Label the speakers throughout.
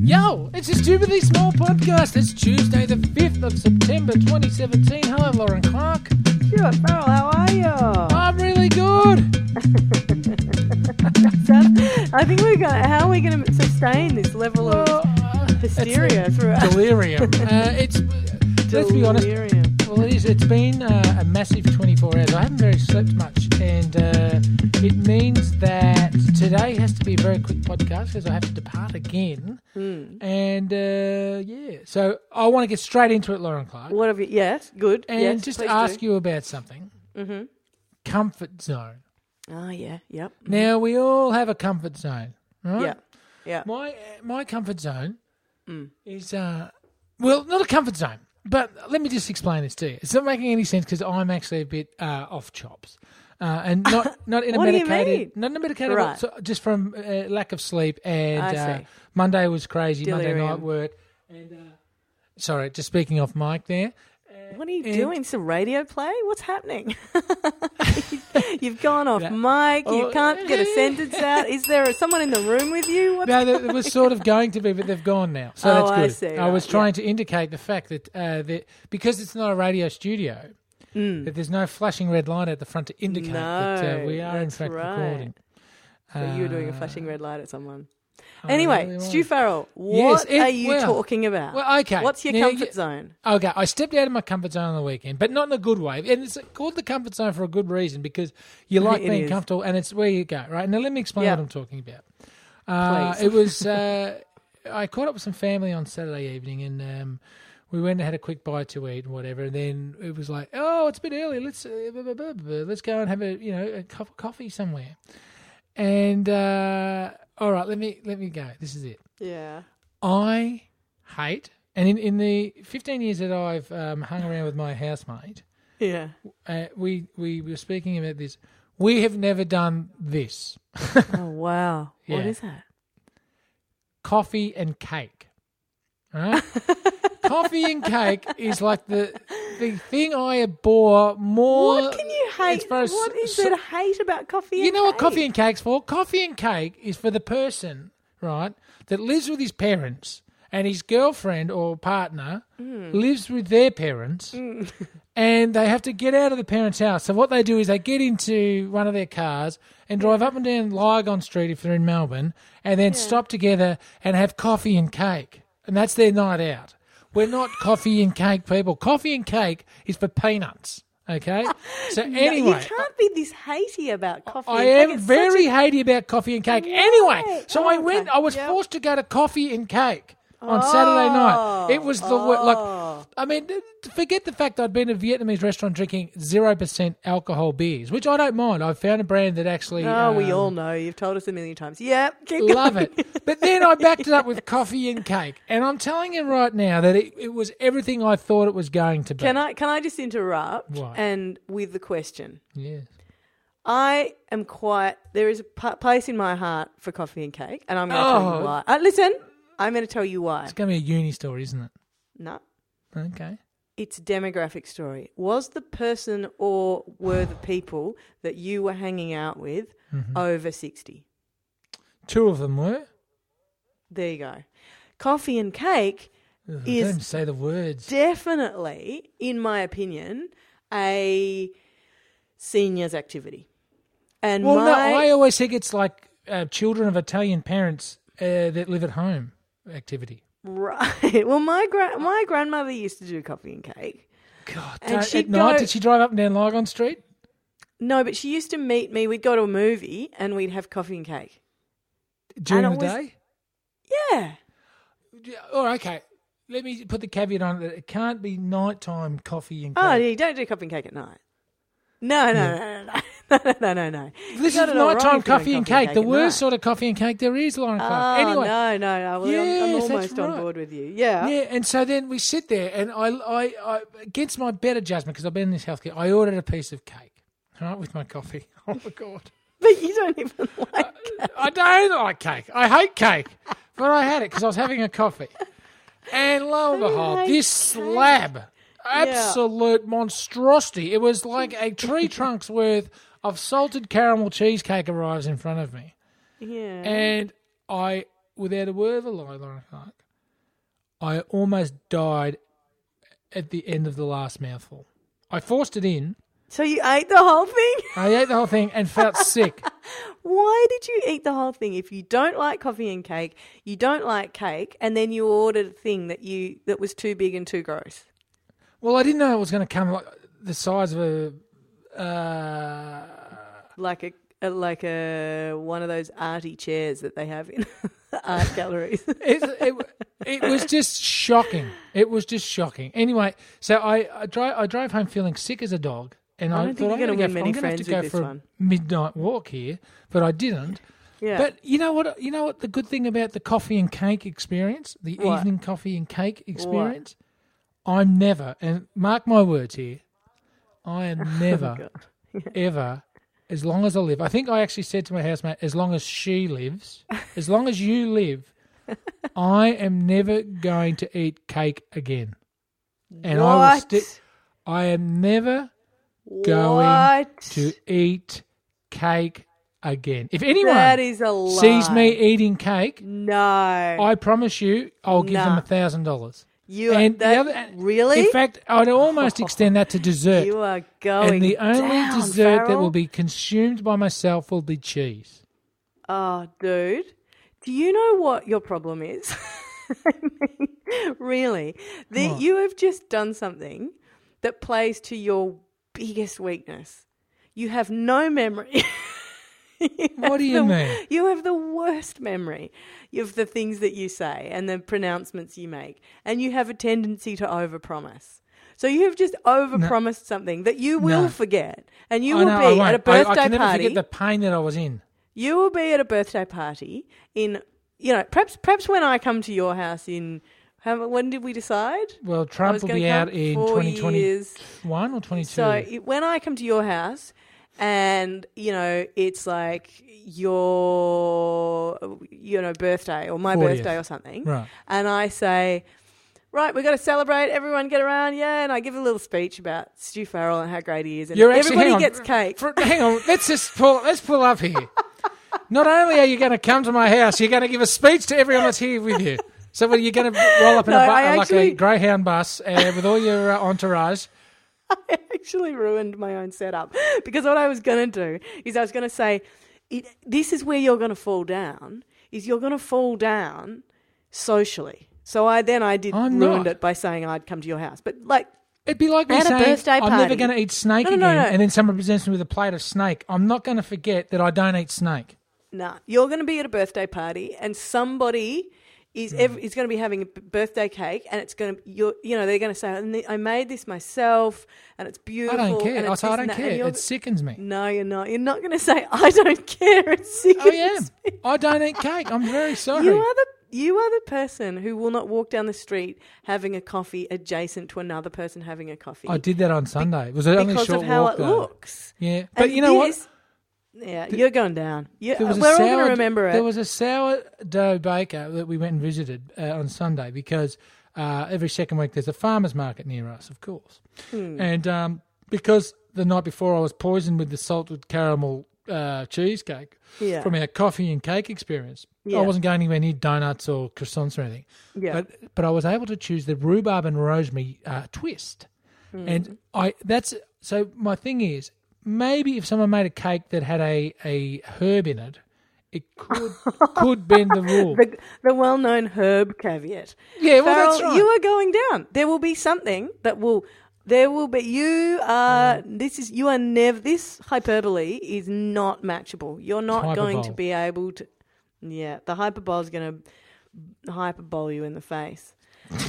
Speaker 1: Yo, it's a stupidly small podcast. It's Tuesday, the 5th of September 2017. Hello, Lauren Clark.
Speaker 2: Sure, Farrell, how are you?
Speaker 1: I'm really good.
Speaker 2: Seth, I think we're going. How are we going to sustain this level
Speaker 1: Well,
Speaker 2: of
Speaker 1: uh,
Speaker 2: hysteria throughout?
Speaker 1: it's delirium. Uh, it's, let's be honest,
Speaker 2: Delirium.
Speaker 1: well, it is, it's been uh, a massive 24 hours. I haven't very slept much, and uh, it means that today has to be a very quick podcast because I have to depart again.
Speaker 2: Hmm.
Speaker 1: And uh, yeah, so I want to get straight into it, Lauren Clark.
Speaker 2: What have you? Yes, good.
Speaker 1: And
Speaker 2: yes,
Speaker 1: just
Speaker 2: please
Speaker 1: ask
Speaker 2: do.
Speaker 1: you about something. Mm-hmm. Comfort zone.
Speaker 2: Oh yeah, yep,
Speaker 1: Now we all have a comfort zone, right?
Speaker 2: yeah, Mm. yeah.
Speaker 1: My my comfort zone is uh, well, not a comfort zone, but let me just explain this to you. It's not making any sense because I'm actually a bit uh, off chops. Uh, and not not in a
Speaker 2: What do you
Speaker 1: medicated,
Speaker 2: mean?
Speaker 1: not in a medicated,
Speaker 2: Right.
Speaker 1: so just from uh, lack of sleep and
Speaker 2: I
Speaker 1: uh,
Speaker 2: see.
Speaker 1: Monday was crazy. Monday night
Speaker 2: Delirium.
Speaker 1: work and uh, sorry, just speaking off mic there.
Speaker 2: What are you
Speaker 1: and-
Speaker 2: doing? Some radio play? What's happening? You've gone off
Speaker 1: That-
Speaker 2: mic.
Speaker 1: Oh,
Speaker 2: You can't get a sentence out. Is there a, someone in the room with you? What's
Speaker 1: No, that it was sort of going to be, but they've gone now. So
Speaker 2: Oh, I
Speaker 1: that's good.
Speaker 2: see,
Speaker 1: I was
Speaker 2: right,
Speaker 1: trying to indicate the fact that, uh, that because it's not a radio studio,
Speaker 2: Hmm.
Speaker 1: that there's no flashing red line at the front to indicate that uh,
Speaker 2: No,
Speaker 1: we are in
Speaker 2: that's
Speaker 1: fact
Speaker 2: right.
Speaker 1: recording.
Speaker 2: So you were doing a
Speaker 1: Uh,
Speaker 2: flashing red light at someone.
Speaker 1: I
Speaker 2: Anyway,
Speaker 1: really
Speaker 2: Stu
Speaker 1: was.
Speaker 2: Farrell,
Speaker 1: Yes,
Speaker 2: what
Speaker 1: it-
Speaker 2: are you
Speaker 1: well,
Speaker 2: talking about?
Speaker 1: well, okay.
Speaker 2: What's your
Speaker 1: Now,
Speaker 2: comfort
Speaker 1: you-
Speaker 2: zone?
Speaker 1: Okay, I stepped out of my comfort zone on the weekend, but not in a good way. And it's called the comfort zone for a good reason because you like
Speaker 2: It
Speaker 1: being
Speaker 2: is.
Speaker 1: comfortable, and it's where you go. Right now, let me explain
Speaker 2: Yeah.
Speaker 1: what I'm talking about. Uh,
Speaker 2: Please.
Speaker 1: it was uh, I caught up with some family on Saturday evening, and um, we went and had a quick bite to eat and whatever. And then it was like, oh, it's a bit early. Let's uh, blah, blah, blah, blah, blah. let's go and have a you know a cup of coffee somewhere. And uh, all right, let me let me go. This is it.
Speaker 2: Yeah.
Speaker 1: I hate, and in, in the 15 years that I've um, hung around with my housemate,
Speaker 2: Yeah.
Speaker 1: uh, we, we were speaking about this. We have never done this
Speaker 2: Oh, wow.
Speaker 1: Yeah.
Speaker 2: What is that?
Speaker 1: coffee and cake. Right? coffee and cake is like the the thing I abhor more.
Speaker 2: What can you
Speaker 1: as
Speaker 2: hate?
Speaker 1: far as-
Speaker 2: what is
Speaker 1: so-
Speaker 2: there to hate about coffee
Speaker 1: You
Speaker 2: and
Speaker 1: know what
Speaker 2: cake?
Speaker 1: coffee and cake's for? Coffee and cake is for the person, right, that lives with his parents and his girlfriend or partner
Speaker 2: Mm.
Speaker 1: lives with their parents and they have to get out of the parents' house. So what they do is they get into one of their cars and drive up and down Lygon Street if they're in Melbourne and then stop together and have coffee and cake. And that's their night out. We're not coffee and cake people. Coffee and cake is for peanuts. Okay? So
Speaker 2: No,
Speaker 1: anyway.
Speaker 2: You can't be this hatey about coffee
Speaker 1: I
Speaker 2: and cake.
Speaker 1: am
Speaker 2: It's such
Speaker 1: very hatey about coffee and cake. Anyway, so
Speaker 2: Oh,
Speaker 1: I went.
Speaker 2: okay.
Speaker 1: I was
Speaker 2: Yep.
Speaker 1: forced to go to coffee and cake on Saturday night.
Speaker 2: Oh,
Speaker 1: It was the wor like. I mean, th- forget the fact I'd been in a Vietnamese restaurant drinking zero percent alcohol beers, which I don't mind. I found a brand that actually.
Speaker 2: Oh, we
Speaker 1: um,
Speaker 2: all know. You've told us a million times. Yep. Keep going.
Speaker 1: Love it. But then I backed it up with coffee and cake. And I'm telling you right now that it, it was everything I thought it was going to be.
Speaker 2: Can I, can I just interrupt
Speaker 1: Why?
Speaker 2: and with the question?
Speaker 1: Yes.
Speaker 2: I am quite. There is a p- place in my heart for coffee and cake, and I'm going to tell
Speaker 1: Oh.
Speaker 2: you why. Uh, listen, I'm going to tell you why.
Speaker 1: It's going to be a uni story, isn't it?
Speaker 2: No,
Speaker 1: Okay.
Speaker 2: it's a demographic story. Was the person or were the people that you were hanging out with
Speaker 1: Mm-hmm.
Speaker 2: over sixty?
Speaker 1: Two of them were.
Speaker 2: There you go. Coffee and cake
Speaker 1: Ugh,
Speaker 2: Is-
Speaker 1: don't say the words.
Speaker 2: definitely, in my opinion, a seniors activity. And
Speaker 1: Well, no,
Speaker 2: my,
Speaker 1: I always think it's like uh, children of Italian parents uh, that live at home activity.
Speaker 2: right. Well, my gra- my grandmother used to do coffee and cake.
Speaker 1: God,
Speaker 2: And
Speaker 1: don't-
Speaker 2: she'd
Speaker 1: Uh, at night,
Speaker 2: go-
Speaker 1: did she drive up and down Lygon Street?
Speaker 2: No, but she used to meet me. We'd go to a movie and we'd have coffee and cake.
Speaker 1: During the
Speaker 2: it was-
Speaker 1: day?
Speaker 2: Yeah.
Speaker 1: Yeah, Oh, okay. Let me put the caveat on that it can't be nighttime coffee and
Speaker 2: Oh,
Speaker 1: cake.
Speaker 2: you don't do coffee and cake at night. No, no, no, no, no, no, no, no. You
Speaker 1: This is
Speaker 2: got it all wrong
Speaker 1: nighttime
Speaker 2: if you're doing
Speaker 1: coffee and cake, the
Speaker 2: at
Speaker 1: worst
Speaker 2: night.
Speaker 1: sort of coffee and cake there is, Lauren Clark.
Speaker 2: Oh,
Speaker 1: Anyway,
Speaker 2: no, no, no. Well, I'm,
Speaker 1: Yes,
Speaker 2: I'm
Speaker 1: that's
Speaker 2: almost
Speaker 1: right.
Speaker 2: on board with you. Yeah.
Speaker 1: Yeah, and so then we sit there, and I, I, I against my better judgment, because I've been in this healthcare, I ordered a piece of cake, all right, with my coffee. Oh my god.
Speaker 2: But you don't even like
Speaker 1: I don't like cake. I hate cake, but I had it because I was having a coffee. And lo and behold,
Speaker 2: hate
Speaker 1: this
Speaker 2: cake.
Speaker 1: slab, absolute monstrosity. It was like a tree trunk's worth of salted caramel cheesecake arrives in front of me,
Speaker 2: Yeah.
Speaker 1: and I, without a word of a lie, Lauren Clark, I almost died at the end of the last mouthful. I forced it in.
Speaker 2: So you ate the whole thing?
Speaker 1: I ate the whole thing and felt sick.
Speaker 2: Why did you eat the whole thing? If you don't like coffee and cake, you don't like cake, and then you ordered a thing that you that was too big and too gross.
Speaker 1: Well, I didn't know it was going to come like the size of a. Uh,
Speaker 2: Like a, a like a one of those arty chairs that they have in art galleries.
Speaker 1: it, it, it was just shocking. It was just shocking. Anyway, so I, I drive I drove home feeling sick as a dog, and I,
Speaker 2: don't think
Speaker 1: thought
Speaker 2: you're
Speaker 1: I'm going
Speaker 2: gonna
Speaker 1: to go. For,
Speaker 2: win many
Speaker 1: I'm going to have to
Speaker 2: friends
Speaker 1: go
Speaker 2: with
Speaker 1: for
Speaker 2: this
Speaker 1: a
Speaker 2: one.
Speaker 1: midnight walk here, but I didn't.
Speaker 2: yeah.
Speaker 1: But you know what? You know what? The good thing about the coffee and cake experience, the
Speaker 2: What?
Speaker 1: evening coffee and cake experience, I'm never, and mark my words here, I
Speaker 2: Oh,
Speaker 1: am never, ever, as long as I live. I think I actually said to my housemate, as long as she lives, as long as you live, I am never going to eat cake again. And I will
Speaker 2: what?
Speaker 1: stick. I am never going
Speaker 2: what?
Speaker 1: to eat cake again. If anyone
Speaker 2: that is a lie.
Speaker 1: sees me eating cake,
Speaker 2: No.
Speaker 1: I promise you, I'll give them
Speaker 2: Nah.
Speaker 1: a thousand dollars.
Speaker 2: you are that, really?
Speaker 1: In fact, I'd almost extend that to dessert.
Speaker 2: you are going.
Speaker 1: and the only
Speaker 2: down,
Speaker 1: dessert that
Speaker 2: Farrell.
Speaker 1: will be consumed by myself will be cheese.
Speaker 2: Oh, dude. Do you know what your problem is? I mean, really? That you have just done something that plays to your biggest weakness. You have no memory. You
Speaker 1: What
Speaker 2: have
Speaker 1: do you
Speaker 2: the-
Speaker 1: mean?
Speaker 2: You have the worst memory of the things that you say and the pronouncements you make, and you have a tendency to overpromise. So you have just overpromised something that you will
Speaker 1: No.
Speaker 2: forget, and you
Speaker 1: I
Speaker 2: will
Speaker 1: know, I
Speaker 2: be at a
Speaker 1: won't. I- I,
Speaker 2: birthday
Speaker 1: can never
Speaker 2: party.
Speaker 1: forget the pain that I was in.
Speaker 2: You will be at a birthday party in, you know, perhaps perhaps when I come to your house in, how, when did we decide?
Speaker 1: Well,
Speaker 2: I
Speaker 1: Trump
Speaker 2: was
Speaker 1: will
Speaker 2: gonna
Speaker 1: be out
Speaker 2: come
Speaker 1: in
Speaker 2: four
Speaker 1: 2021
Speaker 2: years.
Speaker 1: or 22.
Speaker 2: So it- when I come to your house, and you know, it's like your, you know, birthday or my
Speaker 1: 40th.
Speaker 2: birthday or something,
Speaker 1: Oh, Right.
Speaker 2: and I say. Right, we're going to celebrate. Everyone get around, yeah. And I give a little speech about Stu Farrell and how great he is, and
Speaker 1: You're actually,
Speaker 2: everybody
Speaker 1: hang on,
Speaker 2: gets cake.
Speaker 1: For- hang on, let's just pull. Let's pull up here. Not only are you going to come to my house, you're going to give a speech to everyone that's here with you. So well, you're going to roll up in
Speaker 2: No,
Speaker 1: a bu-
Speaker 2: I
Speaker 1: like a
Speaker 2: actually-
Speaker 1: greyhound bus uh, with all your uh, entourage.
Speaker 2: I actually ruined my own setup because what I was going to do is I was going to say, it, this is where you're going to fall down. Is you're going to fall down socially. So I then I did
Speaker 1: I'm
Speaker 2: ruined
Speaker 1: not.
Speaker 2: it by saying I'd come to your house, but like
Speaker 1: It'd be like me
Speaker 2: At a
Speaker 1: saying,
Speaker 2: birthday
Speaker 1: "I'm never
Speaker 2: party.
Speaker 1: going to eat snake
Speaker 2: No, no,
Speaker 1: again,"
Speaker 2: no, no.
Speaker 1: and then someone presents me with a plate of snake. I'm not going to forget that I don't eat snake.
Speaker 2: Nah, you're going to be at a birthday party, and somebody is
Speaker 1: Hmm.
Speaker 2: ev- is going to be having a b- birthday cake, and it's going to you you know they're going to say, "And the- "I made this myself, and it's
Speaker 1: I
Speaker 2: beautiful."
Speaker 1: don't
Speaker 2: And
Speaker 1: care. I
Speaker 2: it's
Speaker 1: say I
Speaker 2: this
Speaker 1: don't
Speaker 2: and that," and
Speaker 1: care.
Speaker 2: you're-
Speaker 1: It sickens me.
Speaker 2: no, you're not. You're not going to say, "I don't care." It's sick.
Speaker 1: I am. I don't eat cake. I'm very sorry.
Speaker 2: You are the you are the person who will not walk down the street having a coffee adjacent to another person having a coffee.
Speaker 1: I did that on Sunday. It was only a
Speaker 2: because
Speaker 1: short
Speaker 2: of how
Speaker 1: walk,
Speaker 2: it
Speaker 1: though.
Speaker 2: looks.
Speaker 1: Yeah, but
Speaker 2: And
Speaker 1: you know what?
Speaker 2: this- Yeah, you're going down. Yeah,
Speaker 1: There was a
Speaker 2: we're all going
Speaker 1: sourd-
Speaker 2: to remember
Speaker 1: There
Speaker 2: it.
Speaker 1: was a sourdough baker that we went and visited uh, on Sunday because uh, every second week there's a farmers market near us, of course.
Speaker 2: Hmm.
Speaker 1: And um, because the night before I was poisoned with the salted caramel uh, cheesecake
Speaker 2: Yeah.
Speaker 1: from our coffee and cake experience,
Speaker 2: Yeah.
Speaker 1: I wasn't going anywhere near donuts or croissants or anything.
Speaker 2: Yeah.
Speaker 1: But but I was able to choose the rhubarb and rosemary uh, twist, and
Speaker 2: Mm.
Speaker 1: I that's so my thing is maybe if someone made a cake that had a a herb in it, it could could bend the rule.
Speaker 2: the, the well-known herb caveat.
Speaker 1: yeah, well that's
Speaker 2: Farrell,
Speaker 1: right.
Speaker 2: You are going down. There will be something that will. There will be. You are.
Speaker 1: Mm.
Speaker 2: This is. You are never. This hyperbole is not matchable. You're not going to
Speaker 1: hyperbole.
Speaker 2: be able to. Yeah, the hyperbole is going to hyperbole you in the face.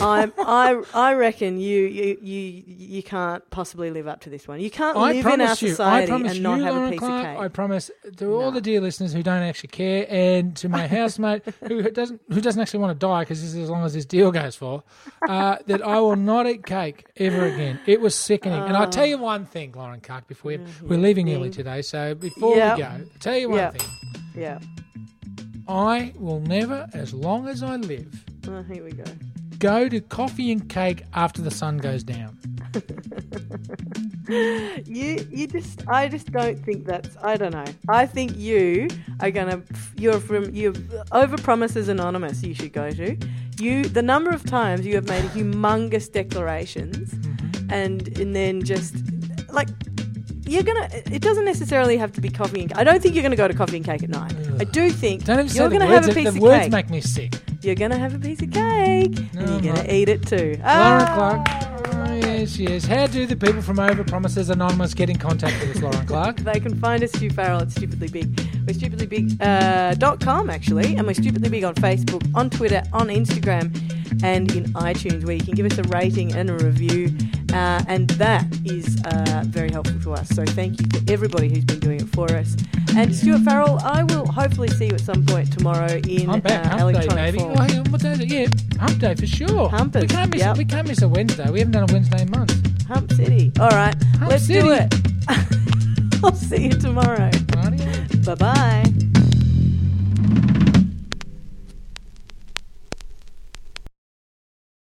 Speaker 2: I, I, I reckon you, you, you, you can't possibly live up to this one. You can't
Speaker 1: I
Speaker 2: live in our
Speaker 1: promise you, I
Speaker 2: society
Speaker 1: promise
Speaker 2: and not
Speaker 1: you,
Speaker 2: have
Speaker 1: Lauren
Speaker 2: a piece
Speaker 1: Clark,
Speaker 2: of cake.
Speaker 1: I promise to all the dear listeners who don't actually care, and to my housemate who doesn't who doesn't actually want to die because this is as long as this deal goes for, uh, that I will not eat cake ever again. It was sickening, and I'll tell
Speaker 2: Oh.
Speaker 1: you one thing, Lauren Clark. Before we, we're leaving early today, so before
Speaker 2: Mm-hmm. Yep.
Speaker 1: we go, I'll tell you one
Speaker 2: Yep.
Speaker 1: thing:
Speaker 2: yeah.
Speaker 1: I will never, as long as I live,
Speaker 2: Oh, here we go.
Speaker 1: go to coffee and cake after the sun goes down.
Speaker 2: You, you just, I just don't think that's. I don't know. I think you are gonna. You're from. You overpromises anonymous. You should go to. You the number of times you have made humongous declarations Mm-hmm. and and then just like you're gonna it doesn't necessarily have to be coffee and cake. I don't think you're gonna go to coffee and cake at night. I do think
Speaker 1: Don't even
Speaker 2: you're
Speaker 1: say the
Speaker 2: gonna
Speaker 1: words.
Speaker 2: have a
Speaker 1: the-
Speaker 2: piece
Speaker 1: the
Speaker 2: of
Speaker 1: words
Speaker 2: cake.
Speaker 1: make me sick.
Speaker 2: You're gonna have a piece of cake and
Speaker 1: I'm
Speaker 2: you're gonna
Speaker 1: not.
Speaker 2: eat it too.
Speaker 1: Lauren
Speaker 2: Ah.
Speaker 1: Clark. Oh, yes, yes. How do the people from Over Promises Anonymous get in contact with us, Lauren Clark?
Speaker 2: They can find us, Stu Farrell, at Stupidly Big. We're stupidlybig.com, uh, dot com, actually, and we're Stupidly Big on Facebook, on Twitter, on Instagram, and in iTunes, where you can give us a rating and a review. Uh, and that is uh, very helpful to us. So thank you to everybody who's been doing it for us. And Stuart Farrell, I will hopefully see you at some point tomorrow in
Speaker 1: I'm back.
Speaker 2: uh,
Speaker 1: hump day,
Speaker 2: electronic
Speaker 1: baby.
Speaker 2: form.
Speaker 1: Oh, hang on, what day is it? Yeah, hump day for sure.
Speaker 2: Humpers,
Speaker 1: we can't miss.
Speaker 2: yep.
Speaker 1: We can't miss a Wednesday. We haven't done a Wednesday in months.
Speaker 2: Hump City. All right,
Speaker 1: Hump
Speaker 2: let's do
Speaker 1: City.
Speaker 2: it. I'll see you tomorrow.
Speaker 1: Right, yeah.
Speaker 2: Bye bye.